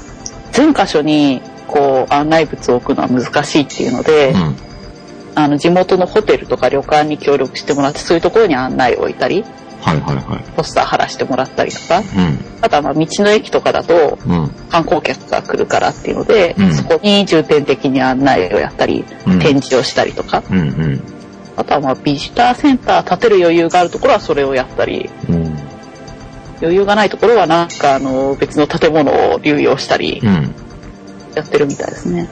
Speaker 1: 全箇所に、こう、案内物を置くのは難しいっていうので、
Speaker 2: うん。
Speaker 1: あの、地元のホテルとか旅館に協力してもらって、そういうところに案内を置いたり、
Speaker 2: はいはいはい。
Speaker 1: ポスター貼らしてもらったりとか、
Speaker 2: う
Speaker 1: あとはまあ、道の駅とかだと、
Speaker 2: ん、うん、
Speaker 1: 観光客が来るからっていうので、
Speaker 2: うん
Speaker 1: そこに重点的に案内をやったり、
Speaker 2: うん
Speaker 1: 展示をしたりとか、
Speaker 2: うん、
Speaker 1: あとはまあビジターセンター建てる余裕があるところはそれをやったり、
Speaker 2: うん、うん、
Speaker 1: 余裕がないところはなんかあの別の建物を流用したり
Speaker 2: うん。なる
Speaker 1: やってるみたいですね。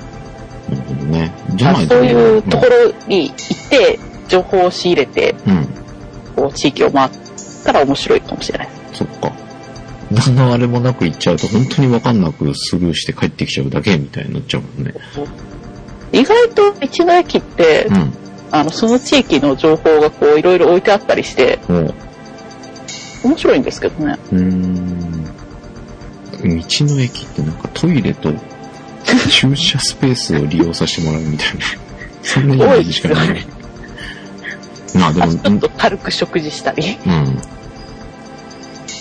Speaker 2: ほどね。じ
Speaker 1: だ
Speaker 2: ゃ
Speaker 1: か
Speaker 2: な
Speaker 1: ら
Speaker 2: い
Speaker 1: そういう
Speaker 2: ね
Speaker 1: ところに行って、情報を仕入れて、
Speaker 2: うん。
Speaker 1: こう地域を回ったら面白いかもしれない。
Speaker 2: そっか。何のあれもなく行っちゃうと本当にわかんなくスルーして帰ってきちゃうだけみたいになっちゃうもんね。
Speaker 1: 意外と道の駅って、
Speaker 2: う
Speaker 1: あのその地域の情報がこういろいろ置いてあったりして、
Speaker 2: ん。も
Speaker 1: 面白いんですけどね。
Speaker 2: う、うーん。道の駅ってなんかトイレと駐車スペースを利用させてもらうみたいな。そんなイメージしかないね。まあで
Speaker 1: あ
Speaker 2: も、
Speaker 1: と ち
Speaker 2: う
Speaker 1: ょ
Speaker 2: ん
Speaker 1: っと軽く食事したり。
Speaker 2: うん。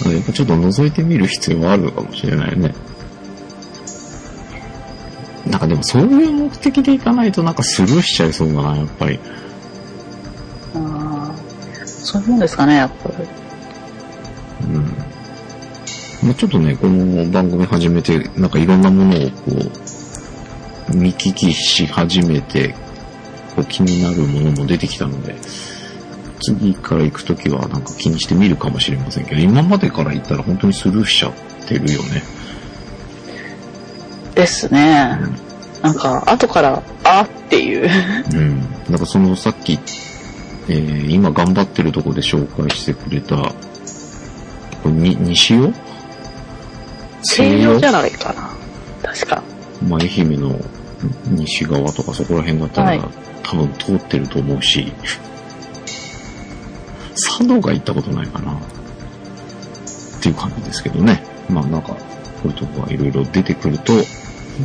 Speaker 2: あやっぱちょっと覗いてみる必要はあるのかもしれないよね。なんかでもそういう目的で行かないとなんかスルーしちゃいそうだな、やっぱり。
Speaker 1: あーそういうもんですかね、やっぱり。
Speaker 2: うんまあ、ちょっとね、この番組始めて、なんかいろんなものをこう、見聞きし始めて、こう気になるものも出てきたので、次から行くときはなんか気にしてみるかもしれませんけど、今までから行ったら本当にスルーしちゃってるよね。
Speaker 1: ですね。なんか、後から、あーっていう。
Speaker 2: うん。なんかそのさっき、えー今頑張ってるとこで紹介してくれた、これに西尾
Speaker 1: 西洋じゃないかな。確か。
Speaker 2: まあ、愛媛の西側とかそこら辺だったら、
Speaker 1: はい
Speaker 2: 多分通ってると思うし、佐渡が行ったことないかな、っていう感じですけどね。まあなんか、こういうとこがいろいろ出てくると、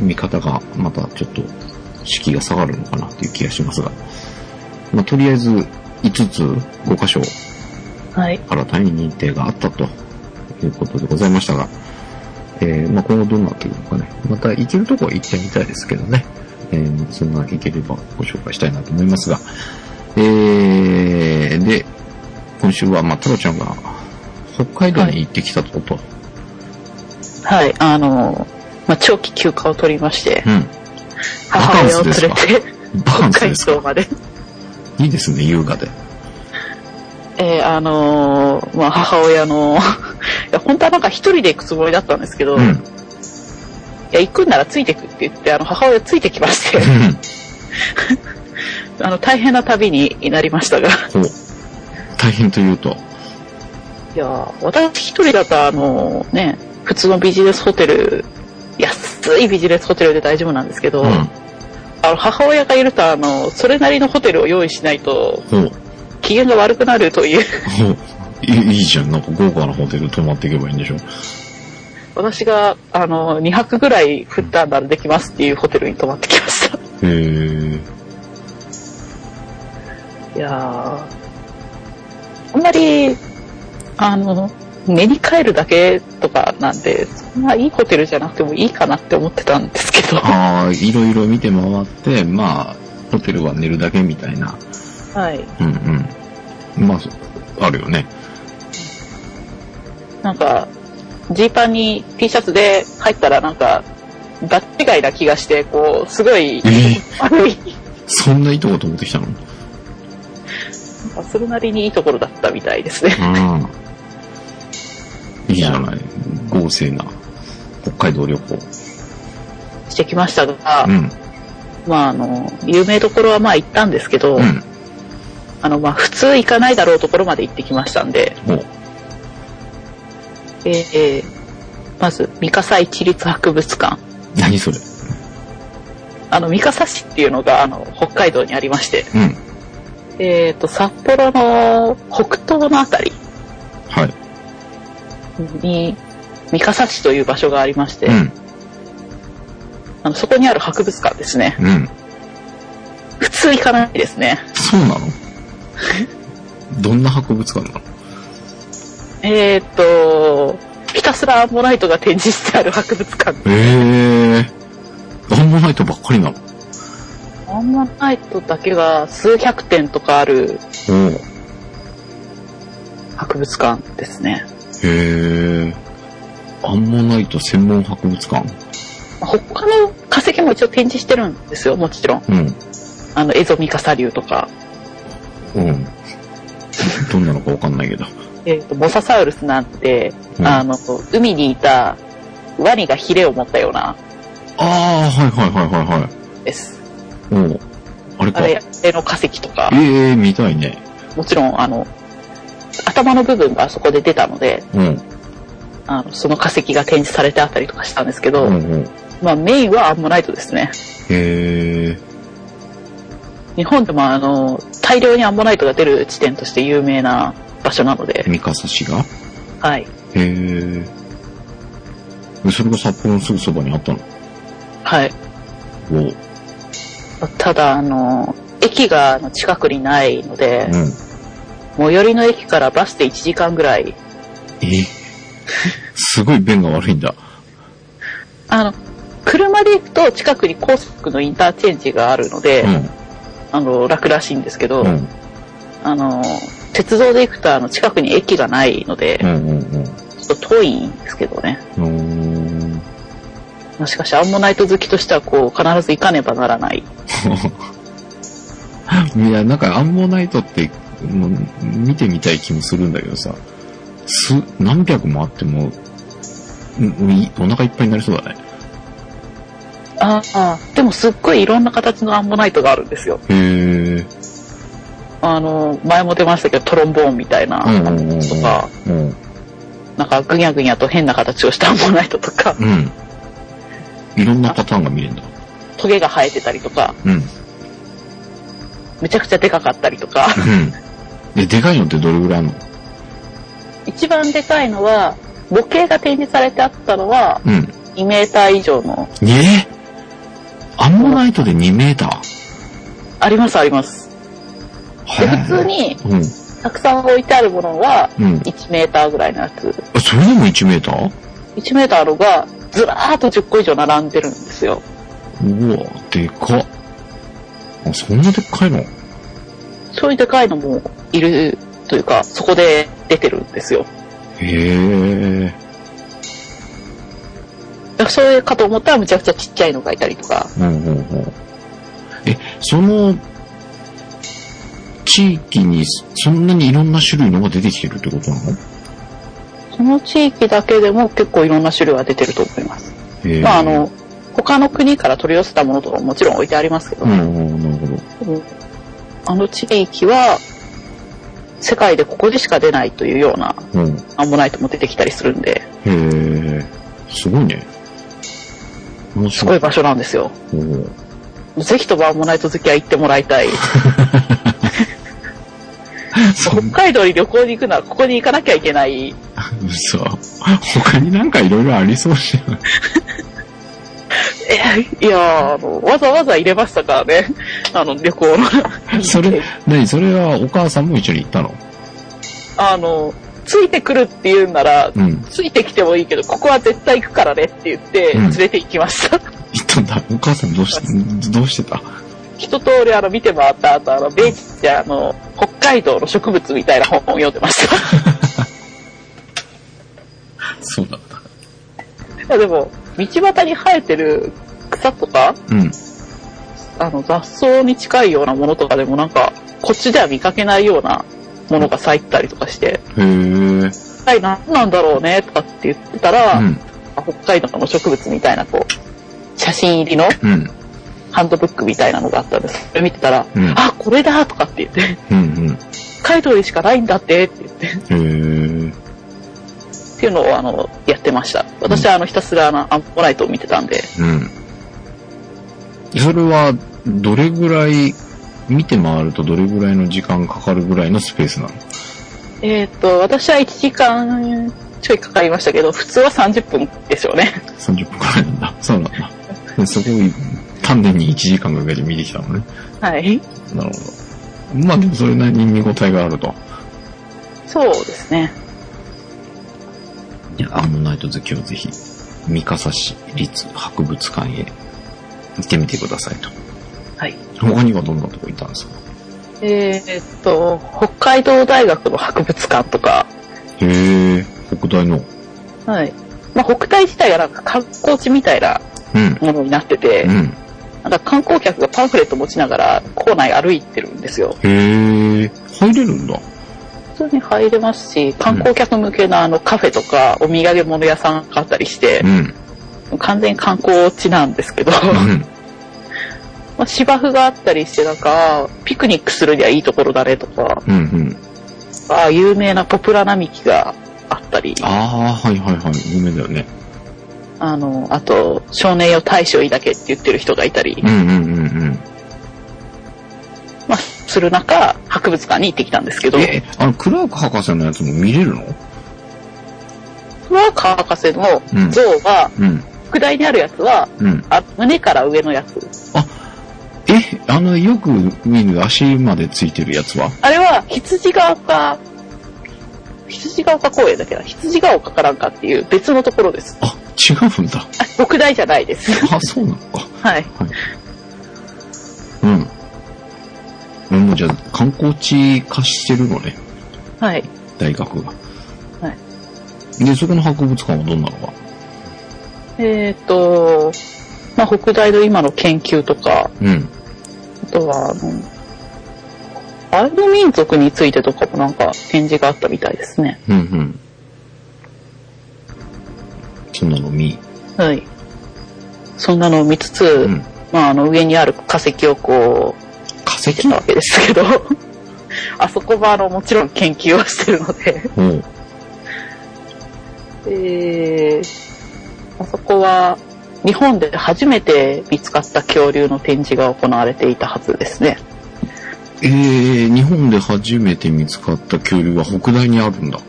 Speaker 2: 見方がまたちょっと、敷居が下がるのかなっていう気がしますが。まあとりあえず、5つ、5箇所、
Speaker 1: はい。
Speaker 2: 新たに認定があったということでございましたが、えーまあ、今後どうなっていくのかね、また行けるとこは行ってみたいですけどね、えーそんな行ければご紹介したいなと思いますが、えーで、今週は、まあ、太郎ちゃんが北海道に行ってきたとこと、
Speaker 1: はい。あの、まあ、長期休暇を取りまして、
Speaker 2: バカ
Speaker 1: 母
Speaker 2: ン
Speaker 1: 親
Speaker 2: ス
Speaker 1: を
Speaker 2: ですか
Speaker 1: 連れて、
Speaker 2: うん。バカン
Speaker 1: 北
Speaker 2: ス
Speaker 1: 海
Speaker 2: ですか
Speaker 1: 道まで。
Speaker 2: いいですね、優雅で。
Speaker 1: えー、あのーまあ、母親の、いや、本当はなんか一人で行くつもりだったんですけど、
Speaker 2: う
Speaker 1: い
Speaker 2: ん。
Speaker 1: や、行くんならついてくって言って、あの、母親ついてきまして、あの、大変な旅になりました が、
Speaker 2: こう、大変というと、
Speaker 1: いやー私一人だとあのね普通のビジネスホテル安いビジネスホテルで大丈夫なんですけど、
Speaker 2: うん。
Speaker 1: あの母親がいるとあのそれなりのホテルを用意しないと
Speaker 2: ほう。
Speaker 1: 機嫌が悪くなるという
Speaker 2: ほう。いいいじゃん。なんか豪華なホテル泊まっていけばいいんでしょ。
Speaker 1: 私があの2泊ぐらい振ったならできますっていうホテルに泊まってきました
Speaker 2: へえ。
Speaker 1: いやーあんまりあの寝に帰るだけとかなんでそんないいホテルじゃなくてもいいかなって思ってたんですけどは
Speaker 2: ああ、いろいろ見て回って、まあ、ホテルは寝るだけみたいな。
Speaker 1: い
Speaker 2: うんうん。まあ、そあるよね。
Speaker 1: なんかジーパンに T シャツで入ったらなんか場違いな気がしてこうすごい
Speaker 2: ええ
Speaker 1: 悪い
Speaker 2: そんないいとこ泊まってきたの
Speaker 1: まあそれなりにいいところだったみたいですね。
Speaker 2: うん。いいじゃない。豪勢な北海道旅行。
Speaker 1: してきましたが、
Speaker 2: うん。
Speaker 1: まああの、有名どころはまあ行ったんですけど、
Speaker 2: うん。
Speaker 1: あのまあ普通行かないだろうところまで行ってきましたんで、
Speaker 2: おう
Speaker 1: えーえーまず三笠市立博物館。
Speaker 2: 何それ。
Speaker 1: あの三笠市っていうのがあの北海道にありまして、
Speaker 2: うん。
Speaker 1: えっ、と札幌の北東のあたり
Speaker 2: はい。
Speaker 1: に三笠市という場所がありまして、
Speaker 2: うん。
Speaker 1: あのそこにある博物館ですね。
Speaker 2: うん。
Speaker 1: 普通行かないですね。
Speaker 2: そうなの どんな博物館なの
Speaker 1: えーっと、ひたすらアンモナイトが展示してある博物館。
Speaker 2: ええー。アンモナイトばっかりなの
Speaker 1: アンモナイトだけが数百点とかある
Speaker 2: おう
Speaker 1: 博物館ですね。
Speaker 2: へえ。アンモナイト専門博物館
Speaker 1: まあ他の化石も一応展示してるんですよ、もちろん。
Speaker 2: うん。
Speaker 1: あの、エゾミカサ流とか、
Speaker 2: うん。どんなのかわかんないけど。
Speaker 1: えーっと、モササウルスなんて、
Speaker 2: うん
Speaker 1: あの、海にいたワニがヒレを持ったような
Speaker 2: ああ、はいはいはいはいはい。
Speaker 1: です。
Speaker 2: おうあれか。
Speaker 1: あれ、あれの化石とか、
Speaker 2: ええー、見たいね。
Speaker 1: もちろん、あの、頭の部分がそこで出たので、
Speaker 2: うん。
Speaker 1: あのその化石が展示されてあったりとかしたんですけど、
Speaker 2: うんうん。
Speaker 1: まあ、メインはアンモナイトですね。
Speaker 2: へえ。
Speaker 1: 日本でもあの、大量にアンモナイトが出る地点として有名な場所なので、
Speaker 2: 三笠市が
Speaker 1: はい。
Speaker 2: へえ。えそれが札幌のすぐそばにあったの
Speaker 1: はい。
Speaker 2: おう
Speaker 1: ただ、あの、駅があの近くにないので、
Speaker 2: うん。
Speaker 1: 最寄りの駅からバスで1時間ぐらい、
Speaker 2: えすごい便が悪いんだ。
Speaker 1: あの、車で行くと近くに高速のインターチェンジがあるので、
Speaker 2: うん。
Speaker 1: あの、楽らしいんですけど、
Speaker 2: うん。
Speaker 1: あの、鉄道で行くとあの近くに駅がないので
Speaker 2: う、んうん
Speaker 1: ちょっと遠いんですけどね。
Speaker 2: うん。うーん。
Speaker 1: まあしかし、アンモナイト好きとしては、こう、必ず行かねばならない。
Speaker 2: いや、なん かアンモナイトって、もう見てみたい気もするんだけどさ、す、何百もあっても、んいお腹いっぱいになりそうだね。
Speaker 1: ああ、でもすっごいいろんな形のアンモナイトがあるんですよ。
Speaker 2: へえ。
Speaker 1: あの、前も出ましたけど、トロンボーンみたいな
Speaker 2: うんうんうんうん。
Speaker 1: とか、
Speaker 2: うん。
Speaker 1: なんかぐにゃぐにゃと変な形をしたアンモナイトとか、
Speaker 2: うん。いろんなパターンが見れるんだ。
Speaker 1: トゲが生えてたりとか、
Speaker 2: うん。うん。
Speaker 1: めちゃくちゃでかかったりとか、
Speaker 2: え、でかいのってどれぐらいあるの
Speaker 1: 一番でかいのは、模型が展示されてあったのは、
Speaker 2: うん。
Speaker 1: 2メーター以上の、
Speaker 2: ええアンモナイトで2メーター
Speaker 1: ありますあります。で、普通。に、
Speaker 2: うん。
Speaker 1: たくさん置いてあるものは、
Speaker 2: うん。
Speaker 1: 1メーターぐらいのやつ。
Speaker 2: あそれでも1メーター
Speaker 1: 1メーターあるが、ずらーっと10個以上並んでるんですよ。
Speaker 2: うわ、でかっ。あ、そんなでっかいの
Speaker 1: そういうでかいのもいるというか、そこで出てるんですよ。
Speaker 2: へえ。
Speaker 1: だからそういうかと思ったらむちゃくちゃちっちゃいのがいたりとか。
Speaker 2: うんうんうん。え、その、地域にそんなにいろんな種類のが出てきてるってことなの
Speaker 1: その地域だけでも結構いろんな種類が出てると思います。
Speaker 2: へえ。
Speaker 1: まああの、他の国から取り寄せたものとかももちろん置いてありますけど、
Speaker 2: うんうん、なるほど。
Speaker 1: 多分あの地域は世界でここでしか出ないというような
Speaker 2: うん。
Speaker 1: アンモナイトも出てきたりするんで、
Speaker 2: へえ。すごいね。面
Speaker 1: すご
Speaker 2: 白
Speaker 1: い
Speaker 2: い。
Speaker 1: 場所なんですよ。
Speaker 2: おー
Speaker 1: ぜひともアンモナイト好きは行ってもらい たい。
Speaker 2: そ
Speaker 1: 北
Speaker 2: ん
Speaker 1: 海道に旅行に行くならここに行かなきゃいけない。
Speaker 2: 嘘。他になんかいろいろありそうじゃん。
Speaker 1: えいやーあの、わざわざ入れましたからね。 あの、旅行の。
Speaker 2: それ、何それはお母さんも一緒に行ったの
Speaker 1: あの、ついてくるって言うんなら、
Speaker 2: うん。行
Speaker 1: ついてきてもいいけど、ここは絶対行くからねって言って、
Speaker 2: うん
Speaker 1: 連れて行きました。
Speaker 2: ったんだ。お母さんどうして、どうしてた
Speaker 1: 一通りあの、見て回った後、あの、ベイキってあの、北海道の植物みたいな本を読んでました。
Speaker 2: そうだった。
Speaker 1: いやでも、道端に生えてる草とか、
Speaker 2: うん。
Speaker 1: あの、雑草に近いようなものとかでもなんか、こっちでは見かけないようなものが咲いてたりとかして、
Speaker 2: へえ。
Speaker 1: 一体何なんだろうねとかって言ってたら、
Speaker 2: うん。
Speaker 1: 北海道の植物みたいな、こう、写真入りの
Speaker 2: うん。
Speaker 1: ハンドブックみたいなのがあったんです。それ見てたら、
Speaker 2: うん。
Speaker 1: あ、これだとかって言って、
Speaker 2: うん。
Speaker 1: 北海道にしかないんだってって言 って、っ
Speaker 2: うん。へえ。
Speaker 1: ていうのをあの、やってました。私はあの、ひたすらあの、アンポライトを見てたんで、
Speaker 2: うん。それは、どれぐらい、見て回るとどれぐらいの時間かかるぐらいのスペースなの
Speaker 1: えっ、と、私は1時間ちょいかかりましたけど、普通は30分ですよね。
Speaker 2: ?30 分くらいなんだ。そうなんだ。でそこを丹念に1時間かけて見てきたのね。
Speaker 1: はい。
Speaker 2: なるほど。まあでもそれなりに見応えがあると。
Speaker 1: そうですね。
Speaker 2: いや、アンモナイト好きをぜひ、三笠市立博物館へ行ってみてくださいと。
Speaker 1: はい。
Speaker 2: 他にはどんなとこ行ったんですか
Speaker 1: えーっと、北海道大学の博物館とか、
Speaker 2: へえ、北大の。
Speaker 1: はい。まあ、北大自体がなんか観光地みたいな
Speaker 2: うん。
Speaker 1: ものになってて、
Speaker 2: うん。
Speaker 1: なんか観光客がパンフレット持ちながら校内歩いてるんですよ。
Speaker 2: へえ、入れるんだ。
Speaker 1: 普通に入れますし、観光客向けのあのカフェとかお土産物屋さんがあったりして
Speaker 2: う、ん。
Speaker 1: 完全に観光地なんですけど、
Speaker 2: うん。
Speaker 1: まあ、芝生があったりして、なんか、ピクニックするにはいいところだねとか、
Speaker 2: うん。うん。
Speaker 1: ああ、有名なポプラ並木があったり、
Speaker 2: ああ、はいはいはい。有名だよね。
Speaker 1: あの、あと、少年よ大将いだけって言ってる人がいたり
Speaker 2: う、んうんうんうん。
Speaker 1: まあ、する中、博物館に行ってきたんですけど、
Speaker 2: え、あの、クラーク博士のやつも見れるの
Speaker 1: 僕は川博士の像は、
Speaker 2: うん。
Speaker 1: 副題にあるやつは、
Speaker 2: うん。
Speaker 1: あ胸から上のやつ。
Speaker 2: え、あの、よく見る足までついてるやつは
Speaker 1: あれは、羊ヶ丘、羊ヶ丘公園だけど、羊ヶ丘かなんかっていう別のところです。
Speaker 2: あ、違うんだ。
Speaker 1: あ僕大じゃないです。
Speaker 2: あ、そうなのか。
Speaker 1: はい。
Speaker 2: うん。うんもうじゃあ、観光地化してるのね、
Speaker 1: はい。
Speaker 2: 大学が。。
Speaker 1: はい
Speaker 2: で、そこの博物館はどんなのか。
Speaker 1: えっ、と、まあ、北大の今の研究とか、
Speaker 2: うん。
Speaker 1: あとは、あの、アイヌ民族についてとかもなんか展示があったみたいですね。
Speaker 2: うんうん。そんなの見。
Speaker 1: はい。そんなのを見つつ、
Speaker 2: うん。
Speaker 1: まあ、あの上にある化石をこう、
Speaker 2: 化
Speaker 1: 見て
Speaker 2: 石
Speaker 1: たわけですけど、 あそこはあの、もちろん研究をしてるので、
Speaker 2: おう。
Speaker 1: えー、あそこは、日本で初めて見つかった恐竜の展示が行われていたはずですね。
Speaker 2: えー、日本で初めて見つかった恐竜は北大にあるんだ。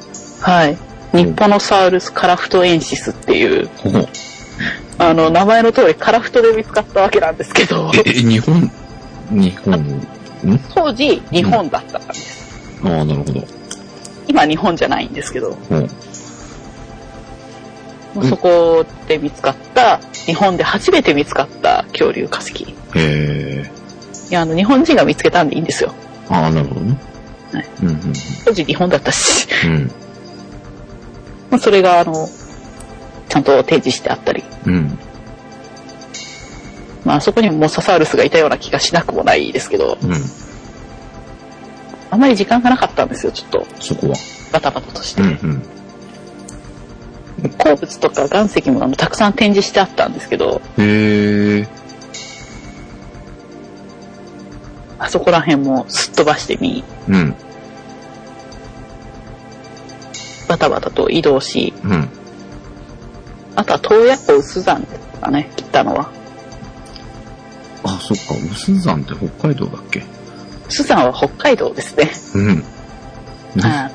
Speaker 1: はい。ニッポノサウルスカラフトエンシスっていう、
Speaker 2: ほほ。
Speaker 1: あの、名前の通りカラフトで見つかったわけなんですけど
Speaker 2: え、、え日本、日本、ん
Speaker 1: 当時日本だったんです。
Speaker 2: ああ、なるほど。
Speaker 1: 今日本じゃないんですけど、
Speaker 2: ほう。ん
Speaker 1: そこで見つかった、日本で初めて見つかった恐竜化石。い
Speaker 2: え
Speaker 1: や、あの、日本人が見つけたんでいいんですよ。
Speaker 2: ー、ああ、なるほどね。
Speaker 1: はい。
Speaker 2: うんうん
Speaker 1: 当時日本だったし、
Speaker 2: うん。
Speaker 1: まあそれが、あの、ちゃんと提示してあったり、
Speaker 2: うん。うん。
Speaker 1: まあ、あそこにもモササウルスがいたような気がしなくもないですけど、
Speaker 2: うん。
Speaker 1: あまり時間がなかったんですよ、ちょっと、
Speaker 2: そこは。
Speaker 1: バタバタとして。
Speaker 2: うん
Speaker 1: 鉱物とか岩石もあのたくさん展示してあったんですけど、
Speaker 2: うん。へえ。
Speaker 1: あそこら辺もすっ飛ばしてみ、
Speaker 2: うん。
Speaker 1: バタバタと移動し、
Speaker 2: うん。
Speaker 1: あとは洞爺湖スザンとかね、行ったのは。
Speaker 2: あ、そっか、有珠山って北海道だっけ
Speaker 1: スザンは北海道ですね。
Speaker 2: うん。
Speaker 1: は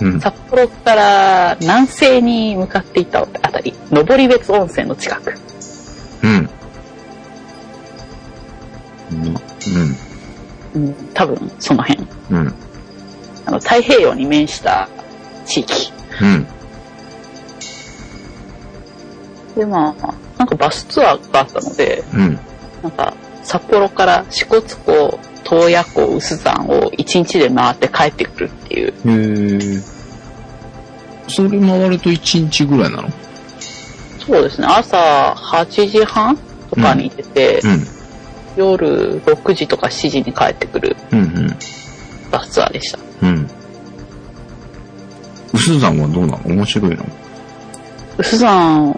Speaker 2: うん
Speaker 1: い。札幌から南西に向かっていったあたり、登別温泉の近く。
Speaker 2: うん。な、
Speaker 1: うん、多分その辺。
Speaker 2: うん。うん。
Speaker 1: あの、太平洋に面した地域。
Speaker 2: うん。
Speaker 1: で、まあ、なんかバスツアーがあったので、
Speaker 2: うん。
Speaker 1: なんか、札幌から支笏湖、洞爺湖、有珠山を一日で回って帰ってくるっていう。
Speaker 2: へーそれ回ると1日ぐらいなの
Speaker 1: そうですね、朝8時半とかに出て、
Speaker 2: う
Speaker 1: 夜6時とか7時に帰ってくる
Speaker 2: ん。うん
Speaker 1: バスツアーでした。
Speaker 2: うん。うん。薄山はどうなの面白いの
Speaker 1: 有珠山、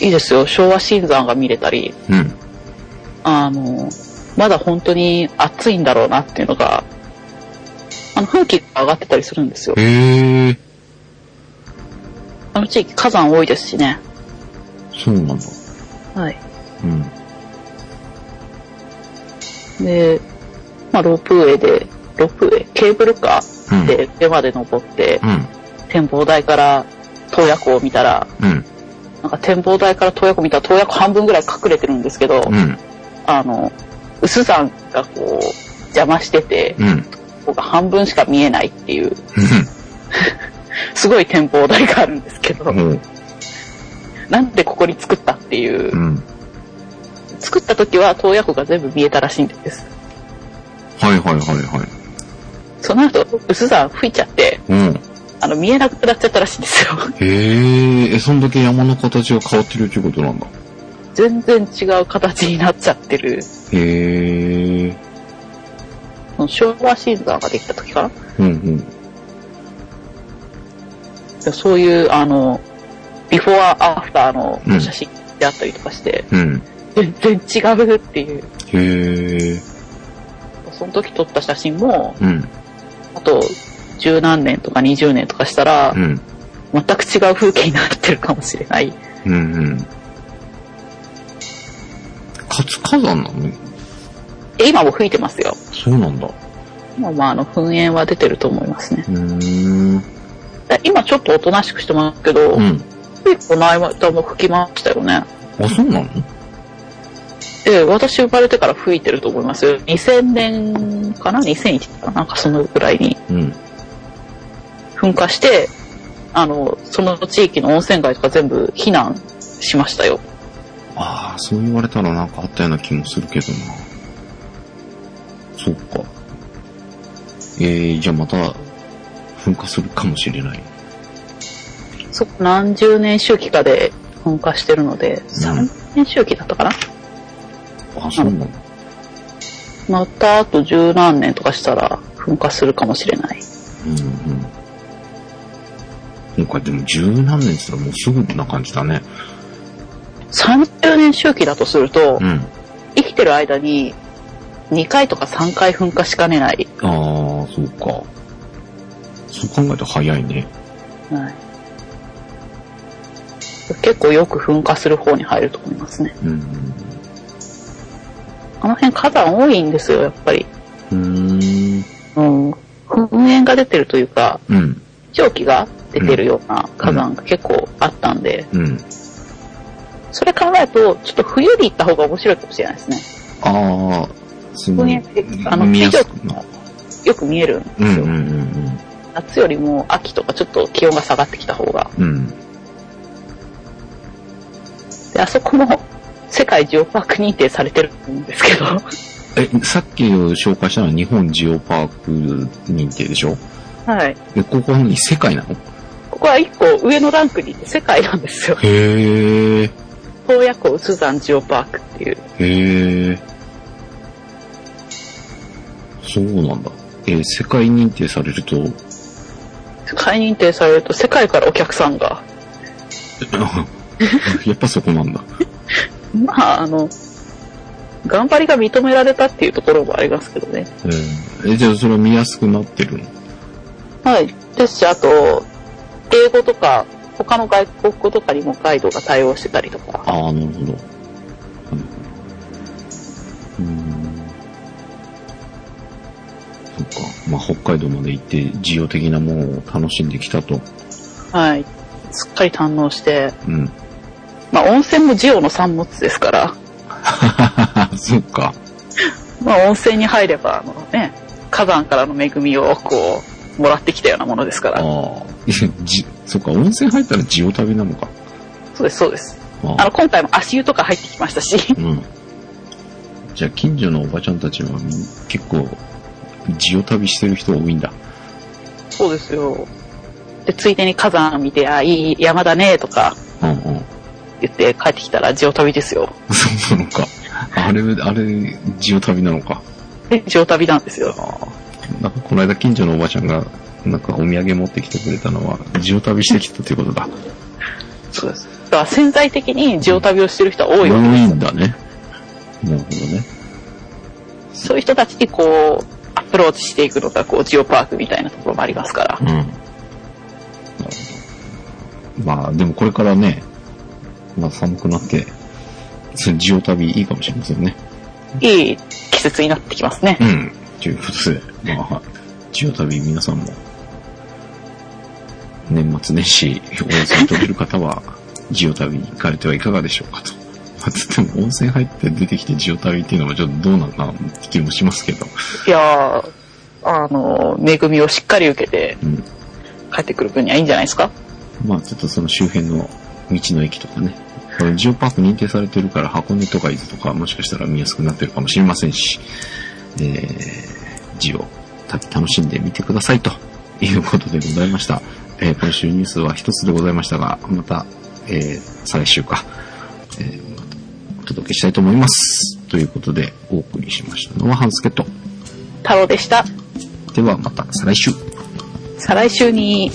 Speaker 1: いいですよ、昭和新山が見れたり、
Speaker 2: うん。
Speaker 1: あの、まだ本当に暑いんだろうなっていうのが、あの、風気が上がってたりするんですよ。
Speaker 2: へえ。
Speaker 1: あの地域火山多いですしね。
Speaker 2: そうなんだ。
Speaker 1: はい。
Speaker 2: うん。
Speaker 1: で、まあ、ロープウェイで、ロープウェイ、ケーブルカーで上まで登って、
Speaker 2: うん。
Speaker 1: 展望台から洞爺湖を見たら、
Speaker 2: うん。
Speaker 1: なんか展望台から洞爺湖見たら洞爺湖半分ぐらい隠れてるんですけど、
Speaker 2: うん。
Speaker 1: あの、薄山がこう、邪魔してて、
Speaker 2: うん。うん。
Speaker 1: ここが半分しか見えないっていう、すごい展望台があるんですけど、
Speaker 2: うん。
Speaker 1: なんでここに作ったっていう
Speaker 2: う、ん。
Speaker 1: 作った時は洞爺湖が全部見えたらしいんです。
Speaker 2: はいはいはいはい。
Speaker 1: その後、薄山吹いちゃって、
Speaker 2: うん。
Speaker 1: あの、見えなくなっちゃったらしいんですよ。
Speaker 2: へえ。え、そんだけ山の形が変わってるっていうことなんだ。
Speaker 1: 全然違う形になっちゃってる。
Speaker 2: へえ。
Speaker 1: その昭和シーザーができた時か
Speaker 2: うんうん。
Speaker 1: なそういう、あの、ビフォーアフターの
Speaker 2: うん
Speaker 1: 写真であったりとかして、
Speaker 2: うん。
Speaker 1: 全然違うっていう。
Speaker 2: へえ。
Speaker 1: その時撮った写真も、
Speaker 2: うん。
Speaker 1: あと、十何年とか二十年とかしたら
Speaker 2: う、ん。
Speaker 1: 全く違う風景になってるかもしれない。
Speaker 2: うんうん。活火山なの
Speaker 1: え、今も吹いてますよ。
Speaker 2: そうなんだ。
Speaker 1: 今まあ、あの、噴煙は出てると思いますね。
Speaker 2: うーん。
Speaker 1: だ今ちょっとおとなしくしてますけど、
Speaker 2: うん。
Speaker 1: ついこの間も吹きましたよね。
Speaker 2: あ、そうなの
Speaker 1: ええ、私生まれてから吹いてると思いますよ。2000年かな ?2001 かななんかそのぐらいに
Speaker 2: うん。
Speaker 1: 噴火して、あの、その地域の温泉街とか全部避難しましたよ。
Speaker 2: ああ、そう言われたらなんかあったような気もするけどな。そっか。えー、じゃあまた、噴火するかもしれない。
Speaker 1: そこ何十年周期かで噴火してるので、3年周期だったかな
Speaker 2: あ、そうなの
Speaker 1: またあと十何年とかしたら噴火するかもしれない。
Speaker 2: うんうん。今回でも十何年って言ったらもうすぐな感じだね。
Speaker 1: 30年周期だとすると
Speaker 2: う、ん。
Speaker 1: 生きてる間に2回とか3回噴火しかねない。
Speaker 2: ああ、そうか。そう考えたら早いね。
Speaker 1: はい、結構よく噴火する方に入ると思いますね。
Speaker 2: うん。
Speaker 1: あの辺火山多いんですよ、やっぱり。
Speaker 2: うーん。
Speaker 1: うん。噴煙が出てるというか、
Speaker 2: うん。
Speaker 1: 蒸気が出てるような火山が結構あったんで、
Speaker 2: うん。
Speaker 1: それ考えると、ちょっと冬に行った方が面白いかもしれないですね。
Speaker 2: ああ、すごい。
Speaker 1: ここにあの
Speaker 2: 見やすくな。
Speaker 1: よく見えるんです
Speaker 2: うんう
Speaker 1: よ。
Speaker 2: んうん
Speaker 1: 夏よりも秋とかちょっと気温が下がってきた方が。
Speaker 2: うん。うん。
Speaker 1: で、あそこも世界ジオパーク認定されてるんですけど、は
Speaker 2: え、さっき紹介したのは日本ジオパーク認定でしょ
Speaker 1: い。
Speaker 2: え、ここは何世界なの
Speaker 1: ここは一個上のランクに世界なんですよ。
Speaker 2: へえ。
Speaker 1: 洞爺湖有珠山ジオパークっていう。
Speaker 2: へえ。そうなんだ。えー世界認定され ると、
Speaker 1: 世界認定されると世界からお客さんが。
Speaker 2: やっぱそこなんだ。
Speaker 1: まあ、あの、頑張りが認められたっていうところもありますけどね。
Speaker 2: えーえじゃあそれは見やすくなってるの
Speaker 1: はい。ですし、あと、英語とか、他の外国語とかにもガイドが対応してたりとか。
Speaker 2: ああ、なるほど。うん。そっか。まあ、北海道まで行って、事業的なものを楽しんできたと。
Speaker 1: はい。すっかり堪能して、
Speaker 2: うん。
Speaker 1: まあ、温泉もジオの産物ですから、
Speaker 2: そっか。
Speaker 1: まあ、温泉に入れば、あのね、火山からの恵みをこう、もらってきたようなものですか
Speaker 2: あ
Speaker 1: ら。
Speaker 2: あ。じ、そっか、温泉入ったらジオ旅なのか。
Speaker 1: そうです、そうです。
Speaker 2: あ
Speaker 1: あの、今回も足湯とか入ってきましたし、
Speaker 2: うん。じゃあ、近所のおばちゃんたちはみ結構、ジオ旅してる人多いんだ。
Speaker 1: そうですよ。で、ついでに火山見て、あ、いい山だね、とか
Speaker 2: うんうん。
Speaker 1: 言って帰ってきたら、ジオ旅ですよ。
Speaker 2: そうなのか。あれ、あれ、ジオ旅なのか。
Speaker 1: で、ジオ旅なんですよ。
Speaker 2: なんか、この間近所のおばちゃんが、なんかお土産持ってきてくれたのは、ジオ旅してきたっていうことだ。
Speaker 1: そうです。だから潜在的にジオ旅をしてる人は多いわけ
Speaker 2: 多
Speaker 1: で
Speaker 2: い
Speaker 1: す
Speaker 2: んだね。なるほどね。
Speaker 1: そういう人たちにこう、アプローチしていくのが、こう、ジオパークみたいなところもありますから
Speaker 2: うん。。なるほど。まあ、でもこれからね、まあ寒くなって、そのジオ旅いいかもしれませんね。
Speaker 1: いい季節になってきますね。
Speaker 2: うん。ということで、まあ、ジオ旅皆さんも、年末年始、お休み取れる方は、 ジオ旅に行かれてはいかがでしょうかと。まあ、つっても温泉入って出てきてジオ旅っていうのはちょっとどうなのかなって気もしますけど。
Speaker 1: いやー、あの、恵みをしっかり受けて
Speaker 2: うん。
Speaker 1: 帰ってくる分にはいいんじゃないですか
Speaker 2: まあちょっとその周辺の道の駅とかね、これジオパーク認定されてるから箱根とか伊豆とかもしかしたら見やすくなってるかもしれませんし、えー、ジオ旅楽しんでみてくださいということでございました。えー今週ニュースは一つでございましたが、また、えー、再来週か、えーまたお届けしたいと思います。ということでお送りしましたのはハンスケット。
Speaker 1: 太郎でした。
Speaker 2: ではまた再来週。
Speaker 1: 再来週に。